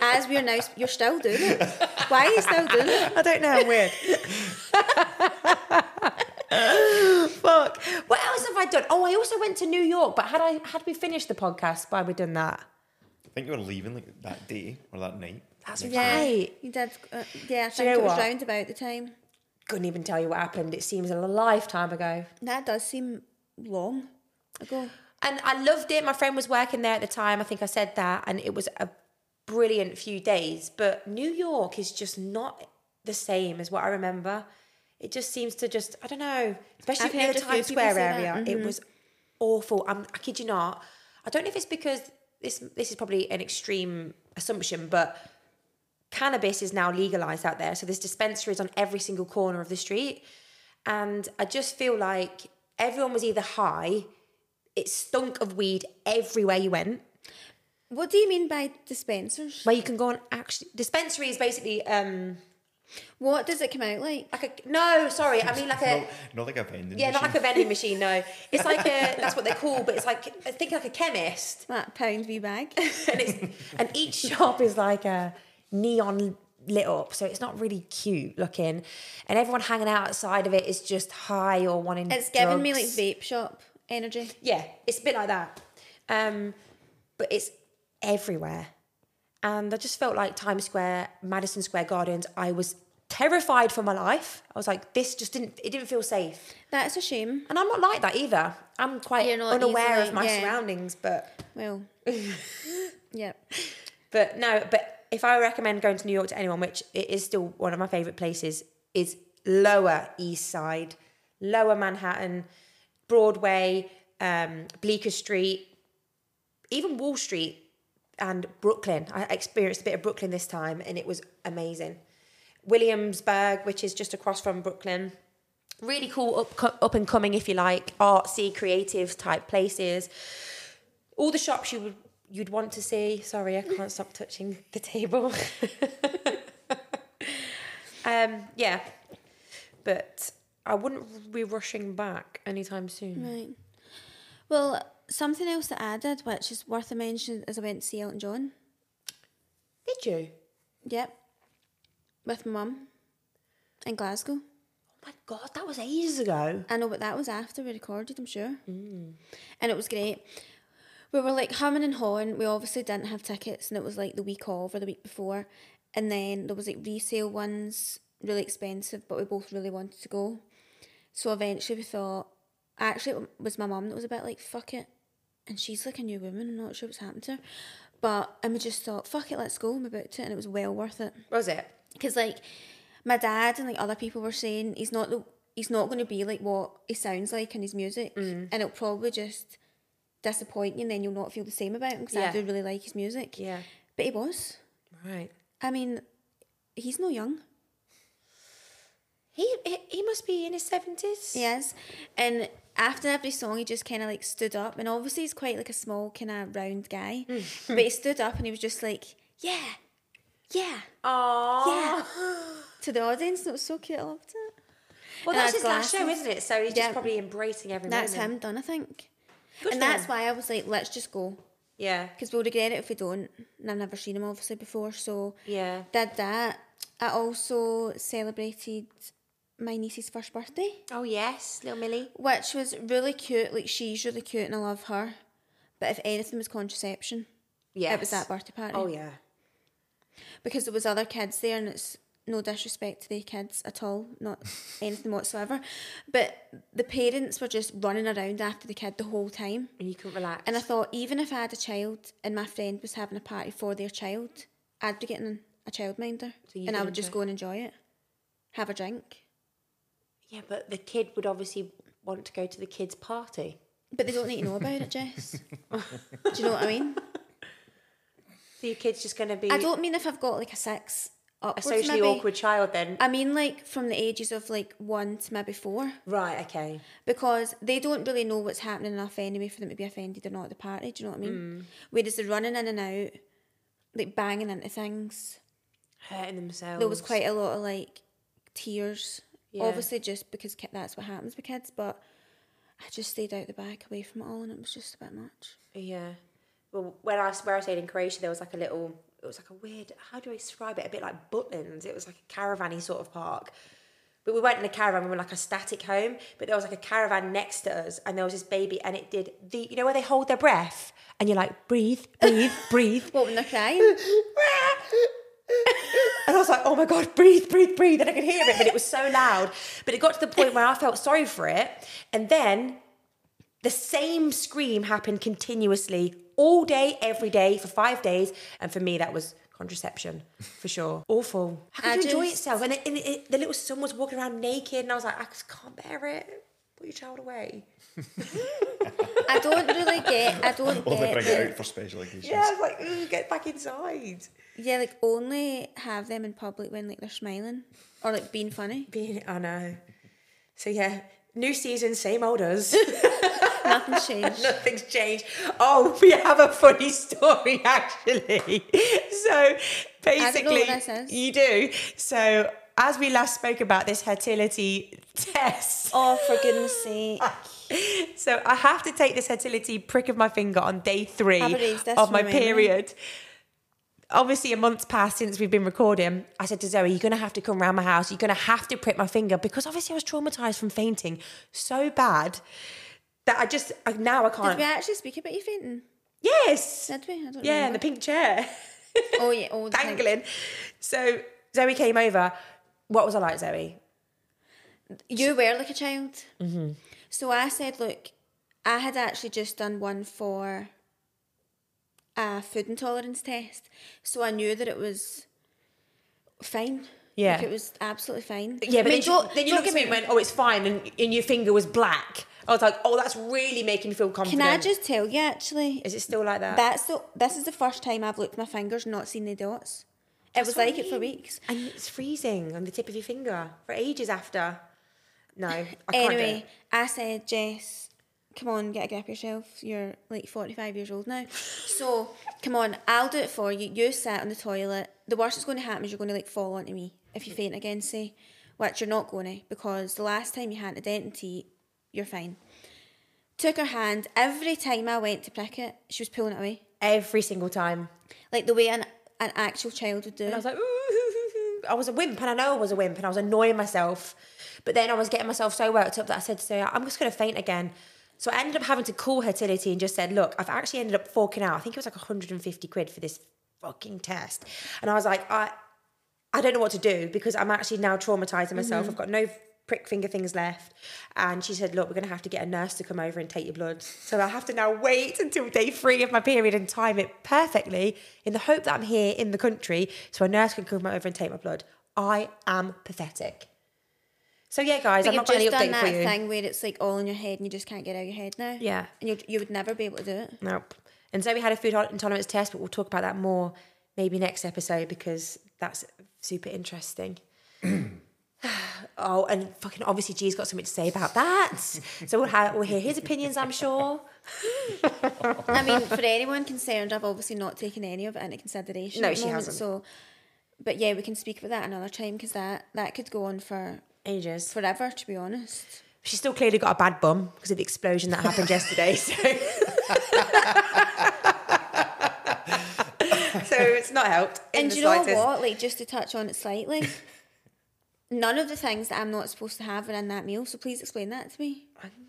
as we're now, you're still doing it. Why are you still doing it? I don't know. I'm weird. Fuck. What else have I done? Oh, I also went to New York. But had I had we finished the podcast by we done that? I think you were leaving like that day or that night. That's [laughs] Next right. day. You did. Uh, yeah, I you think know it was what? round about the time. Couldn't even tell you what happened. It seems a lifetime ago. That does seem long ago. and I loved it. My friend was working there at the time. I think I said that, and it was a brilliant few days, but New York is just not the same as what I remember. It just seems to just I don't know, especially I've near heard the a few Times people Square say that, Mm-hmm. area. It was awful. I'm, I kid you not. I don't know if it's because this this is probably an extreme assumption, but cannabis is now legalized out there. So there's dispensaries on every single corner of the street. And I just feel like everyone was either high, it stunk of weed everywhere you went. What do you mean by dispensers? Where you can go on actually dispensary is basically um What does it come out like? like a no, sorry, I mean like a not, not like a vending yeah, not machine. like a vending machine, no. It's like a that's what they're called, but it's like I think like a chemist. That pound wee bag. and it's and each shop is like a neon lit up, so it's not really cute looking. And everyone hanging out outside of it is just high or wanting. It's giving me like drugs. vape shop energy. yeah, it's a bit like that. Um, but it's everywhere, and I just felt like Times Square, Madison Square Gardens. I was terrified for my life. I was like, this just didn't. It didn't feel safe, That's a shame. and I'm not like that either. I'm quite You're not unaware easily- of my yeah. surroundings, but. [laughs] Well, yep. But no, but if I recommend going to New York to anyone, which it is still one of my favourite places, is Lower East Side, Lower Manhattan, Broadway, um, Bleecker Street, even Wall Street and Brooklyn. I experienced a bit of Brooklyn this time and it was amazing. Williamsburg, which is just across from Brooklyn. Really cool up, up and coming, if you like, artsy, creative type places all the shops you would you'd want to see. Sorry, I can't stop touching the table. [laughs] um, yeah, but I wouldn't be rushing back anytime soon. Right. Well, something else that I did, which is worth a mention, is I went to see Elton John. Did you? Yep. With my mum in Glasgow. Oh my god, that was ages ago. I know, but that was after we recorded, I'm sure. And it was great. We were like humming and hawing. We obviously didn't have tickets, and it was like the week of or the week before. And then there was like resale ones, really expensive, but we both really wanted to go. So eventually we thought, actually, it was my mum that was a bit like, fuck it. And she's like a new woman. I'm not sure what's happened to her. But, and we just thought, fuck it, let's go. And we booked it, and it was well worth it Was it? because like my dad and like other people were saying he's not the he's not going to be like what he sounds like in his music Mm. and it'll probably just disappoint you and then you'll not feel the same about him because Yeah. i do really like his music Yeah. but he was Right. i mean he's no young He he, he must be in his seventies. he is and after every song he just kind of like stood up and obviously he's quite like a small kind of round guy [laughs] but he stood up and he was just like yeah yeah Aww. yeah Oh. [gasps] to the audience and it was so cute i loved it Well, And that's had his last show, glasses. isn't it? So he's Yeah. just probably embracing every that's moment. him done i think Good and for that's him. why I was like, let's just go. Yeah. Because we'll regret it if we don't. And I've never seen him obviously before, so Yeah. did that. I also celebrated my niece's first birthday, Oh yes, little Millie. which was really cute. Like she's really cute and I love her. But if anything was contraception, Yeah. it was that birthday party. Oh yeah. Because there was other kids there and it's no disrespect to the kids at all, not anything whatsoever. But the parents were just running around after the kid the whole time. And you couldn't relax. And I thought, even if I had a child and my friend was having a party for their child, I'd be getting a childminder. So you and I could would just enjoy go and enjoy it, have a drink. Yeah, but the kid would obviously want to go to the kids' party. But they don't need to know about [laughs] it, Jess. Do you know what I mean? So your kid's just going to be I don't mean if I've got like a six a upwards, socially maybe. awkward child then. I mean like from the ages of like one to maybe four, Right, okay. because they don't really know what's happening enough anyway for them to be offended or not at the party. Do you know what I Mm. mean? Whereas they're running in and out, like banging into things. Hurting themselves. there was quite a lot of like tears. Yeah. Obviously, just because ki- that's what happens with kids, but I just stayed out the back away from it all, and it was just a bit much. Yeah. Well, when I, where I stayed in Croatia, there was like a little, it was like a weird, how do I describe it? A bit like Butlins. It was like a caravan sort of park. But we weren't in a caravan, we were like a static home, but there was like a caravan next to us and there was this baby and it did the, you know where they hold their breath and you're like, breathe, breathe, breathe. What when they're crying? And I was like, oh my God, breathe, breathe, breathe. And I could hear it, but it was so loud. But it got to the point where I felt sorry for it. And then the same scream happened continuously all day, every day for five days. And for me, that was contraception for sure. Awful. How could I you enjoy just- yourself? And, it, and it, the little son was walking around naked, and I was like, I just can't bear it. Put your child away. I don't really get. I [laughs] don't Well, they get. bring it the- out for special occasions. Yeah, I was like, "Ugh, get back inside. Yeah, like only have them in public when like they're smiling or like being [laughs] funny. Being, I know. So yeah, new season, same old [laughs] us. Nothing's [laughs] changed. Nothing's changed. Oh, we have a funny story [laughs] actually. So basically, I don't know what this is. you do. So as we last spoke about this fertility test. Oh, for goodness sake. [laughs] So I have to take this fertility prick of my finger on day three Have a raise this of my from memory. period. Obviously, a month's passed since we've been recording. I said to Zoe, "You're gonna have to come round my house. You're gonna have to prick my finger because obviously I was traumatized from fainting so bad that I just I, now I Did can't." we actually speak about you fainting? yes. Did we? I don't Yeah, in the remember. pink [laughs] chair, oh yeah. Oh, the pink. dangling. So Zoe came over. What was I like, Zoe? You were like a child. Mm-hmm. So I said, look, I had actually just done one for a food intolerance test. So I knew that it was fine. Yeah. Like it was absolutely fine. Yeah, I but mean, then, you, don't- then you don't looked at get me and went, "Oh, it's fine," and, and your finger was black. I was like, "Oh, that's really making me feel Can confident." I just tell you actually? Is it still like that? That's the this is the first time I've looked at my fingers and not seen the dots. It was what I like it for mean. weeks. and it's freezing on the tip of your finger for ages after. No, I can't do Anyway, it. I said, Jess, come on, get a grip of yourself. You're like 45 years old now. [laughs] So, come on, I'll do it for you. You sat on the toilet. The worst that's going to happen is you're going to like fall onto me if you faint again, say, which you're not going to because the last time you had a dentity, you're fine. Took her hand. Every time I went to prick it, she was pulling it away. Every single time, Like the way an, an actual child would do. and I was like, "Ooh." [laughs] I was a wimp, and I know I was a wimp, and I was annoying myself. But then I was getting myself so worked up that I said to Sarah, "I'm just going to faint again." So I ended up having to call Fertility and just said, "Look, I've actually ended up forking out. I think it was like 150 quid for this fucking test." And I was like, "I, I don't know what to do because I'm actually now traumatizing myself. Mm-hmm. I've got no prick finger things left. And she said, Look, we're going to have to get a nurse to come over and take your blood. So I have to now wait until day three of my period and time it perfectly in the hope that I'm here in the country so a nurse can come over and take my blood. I am pathetic. So, yeah, guys, But I've not you've got any just update done that for you. thing where it's like all in your head and you just can't get it out of your head now. Yeah. And you you would never be able to do it. Nope. And so we had a food intolerance test, but we'll talk about that more maybe next episode because that's super interesting. [clears throat] oh, and fucking obviously G's got something to say about that. so we'll, have, we'll hear his opinions, I'm sure. I mean, for anyone concerned, I've obviously not taken any of it into consideration. No, at the she moment, hasn't. So, but yeah, we can speak about that another time because that that could go on for Ages. forever. To be honest, She's still clearly got a bad bum because of the explosion that happened yesterday. So. [laughs] so it's not helped. in and the you know slightest. what? Like just to touch on [laughs] it slightly, none of the things that I'm not supposed to have were in that meal. So please explain that to me.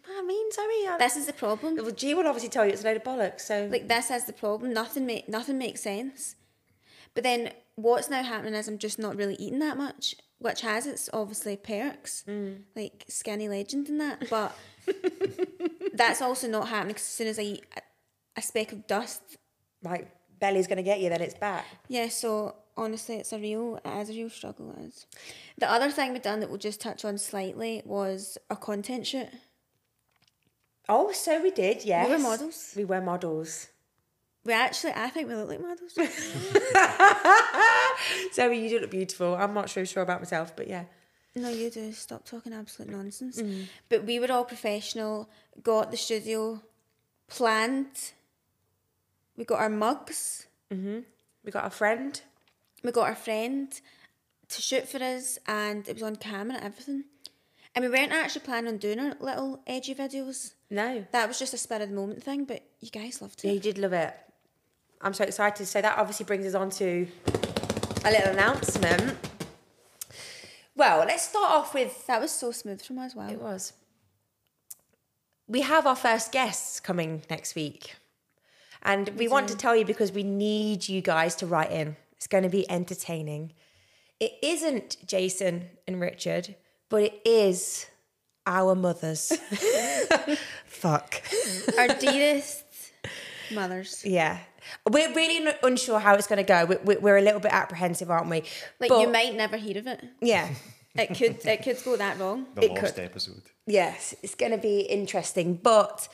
I mean, sorry. I- This is the problem. well, G will obviously tell you it's a load of bollocks. So Like this is the problem. Nothing make nothing makes sense. But then what's now happening is I'm just not really eating that much, which has its obviously perks, like skinny legend and that. But that's also not happening 'cause as soon as I eat a, a speck of dust, like belly's going to get you, then it's back. yeah. So honestly, it's a real it is a real struggle. It is. The other thing we done that we'll just touch on slightly was a content shoot. Oh, so we did, yes. We were models. We were models. We actually, I think we look like models. [laughs] Zoe, you do look beautiful. I'm not so sure about myself, but yeah. No, you do. Stop talking absolute nonsense. But we were all professional, got the studio planned. We got our mugs. We got a friend. We got our friend to shoot for us, and it was on camera, everything. And we weren't actually planning on doing our little edgy videos. No. That was just a spur of the moment thing, but you guys loved Yeah, it. you did love it. I'm so excited. So that obviously brings us on to a little announcement. Well, let's start off with That was so smooth from us, It well. was. We have our first guests coming next week. And we want to tell you because we need you guys to write in. It's going to be entertaining. It isn't Jason and Richard, but it is [laughs] our mothers. Fuck. [laughs] Our dearest Mothers. Yeah. We're really n- unsure how it's going to go. We- we- We're a little bit apprehensive, aren't we? Like But- you might never hear of it. Yeah. It could it could go that wrong. The It lost could. episode. Yes, it's going to be interesting. But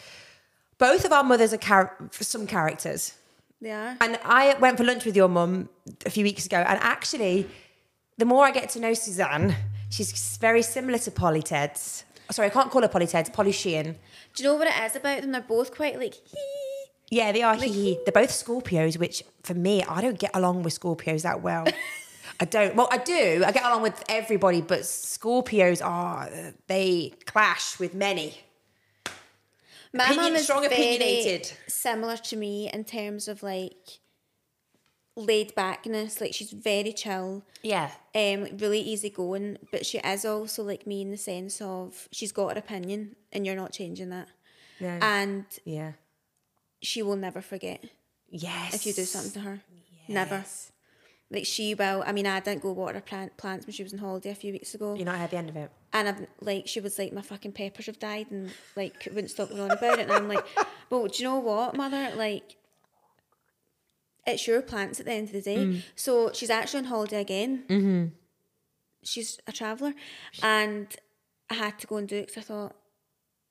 both of our mothers are char- some characters. They are. And I went for lunch with your mum a few weeks ago, and actually, the more I get to know Suzanne, she's very similar to Polly Ted's. Sorry, I can't call her Polly Ted's, Polly Sheehan. Do you know what it is about them? They're both quite like hee. Yeah, they are. hee. They're both Scorpios, which for me, I don't get along with Scorpios that [laughs] well. I don't. Well, I do. I get along with everybody, but Scorpios are they clash with many. My Opinion- mum is strong very opinionated. similar to me in terms of like laid backness. Like she's very chill. Yeah. um, really easy going, but she is also like me in the sense of she's got her opinion and you're not changing that. No. And yeah. she will never forget Yes. if you do something to her. Never. Like she will. I mean, I didn't go water plant, plants when she was on holiday a few weeks ago. You're not at the end of it. And I've like, she was like, my fucking peppers have died and like, wouldn't stop going on about it. And I'm like, [laughs] well, do you know what, mother? Like, it's your plants at the end of the day. Mm. So she's actually on holiday again. Mm-hmm. She's a traveller. And I had to go and do it because I thought,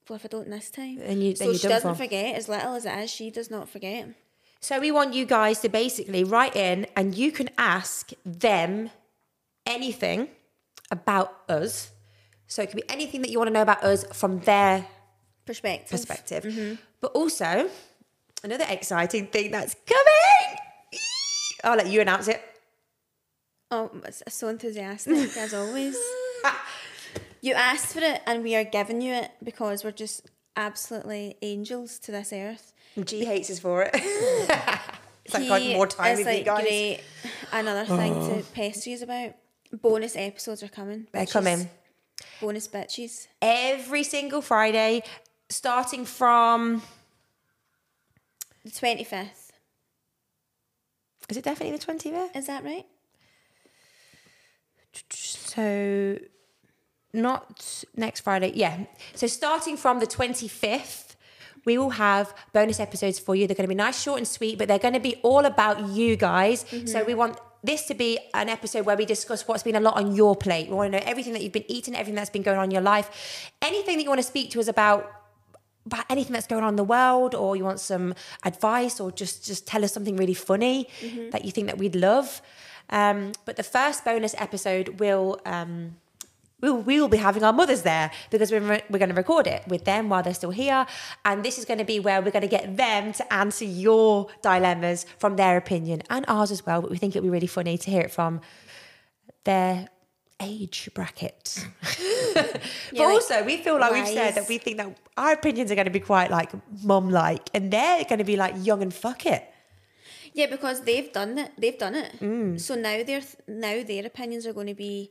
well, if I don't this time. Then you- then so you're she done doesn't for. forget, as little as it is, she does not forget. So we want you guys to basically write in and you can ask them anything about us. So it could be anything that you want to know about us from their Perspective. perspective. But also, another exciting thing that's coming. I'll let you announce it. Oh, it's so enthusiastic [laughs] as always. Ah, You asked for it, and we are giving you it because we're just absolutely angels to this earth. G hates us for it. it's like, He like more time is, with you like, guys. Great. Another thing to pester you about. Bonus episodes are coming. [laughs] They're bitches. coming. Bonus bitches. Every single Friday, starting from, The twenty fifth. is it definitely the 20th? Is that right? So, not next Friday. Yeah. So, starting from the 25th, we will have bonus episodes for you. They're going to be nice, short, and sweet, but they're going to be all about you guys. So, we want this to be an episode where we discuss what's been a lot on your plate. We want to know everything that you've been eating, everything that's been going on in your life, anything that you want to speak to us about. About anything that's going on in the world, or you want some advice, or just just tell us something really funny that you think that we'd love. Um, but the first bonus episode will um, we'll, we'll be having our mothers there because we're, re- we're going to record it with them while they're still here. And this is going to be where we're going to get them to answer your dilemmas from their opinion and ours as well. But we think it'll be really funny to hear it from their age [laughs] bracket. but like, also, we feel like we've said wise. that we think that our opinions are going to be quite like mum like, and they're going to be like young and fuck it. Yeah, because they've done it. They've done it. Mm. So now their th- now their opinions are going to be.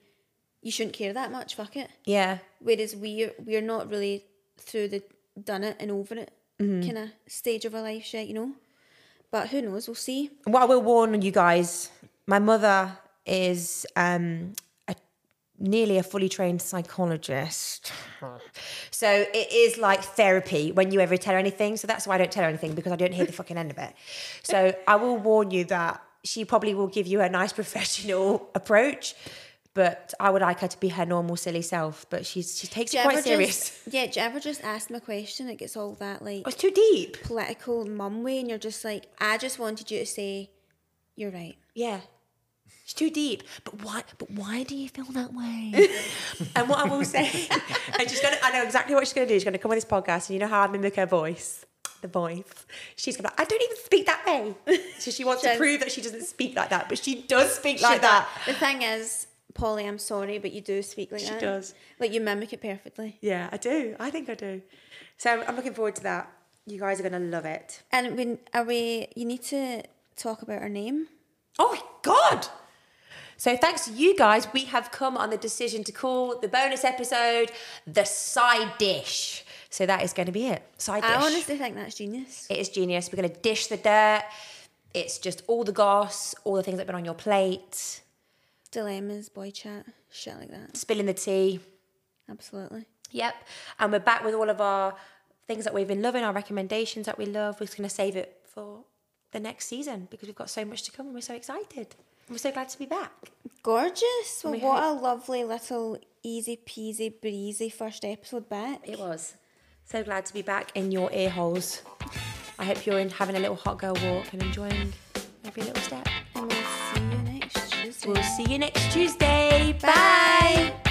You shouldn't care that much. Fuck it. Yeah. Whereas we're we're not really through the done it and over it Mm-hmm. kind of stage of our life yet, you know. But who knows? We'll see. what I will warn you guys, my mother is um, a, nearly a fully trained psychologist. So it is like therapy when you ever tell her anything. So that's why I don't tell her anything because I don't hear the fucking end of it. So I will warn you that she probably will give you a nice professional approach. But I would like her to be her normal silly self. But she's she takes Do it you quite ever serious. Just, yeah, do you ever just ask them a question? It gets all that like Oh, it's too deep. political mum way, and you're just like, I just wanted you to say, you're right. Yeah. It's too deep. But why but why do you feel that way? [laughs] and what I will say and she's gonna I know exactly what she's gonna do. She's gonna come on this podcast and you know how I mimic her voice. The voice. She's gonna be like, I don't even speak that way. So she wants to Jen- prove that she doesn't speat like that, but she does speak She like do- that. The thing is, Polly, I'm sorry, but you do speak like She that. does. Like you mimic it perfectly. Yeah, I do. I think I do. So I'm looking forward to that. You guys are gonna love it. And when are we? You need to talk about her name. Oh my god! So thanks to you guys, we have come on the decision to call the bonus episode the side dish. So that is going to be it. Side dish. I honestly think that's genius. it is genius. We're going to dish the dirt. It's just all the goss, all the things that've been on your plate, Dilemmas, boy chat, shit like that. spilling the tea. Absolutely. Yep. And we're back with all of our things that we've been loving, our recommendations that we love. We're just going to save it for the next season because we've got so much to come and we're so excited. And We're so glad to be back. Gorgeous. Well, We what a lovely little easy peasy breezy first episode back. It was. So glad to be back in your ear holes. I hope you're in, having a little hot girl walk and enjoying every little step. And we'll see you next Tuesday. We'll see you next Tuesday. Bye. Bye.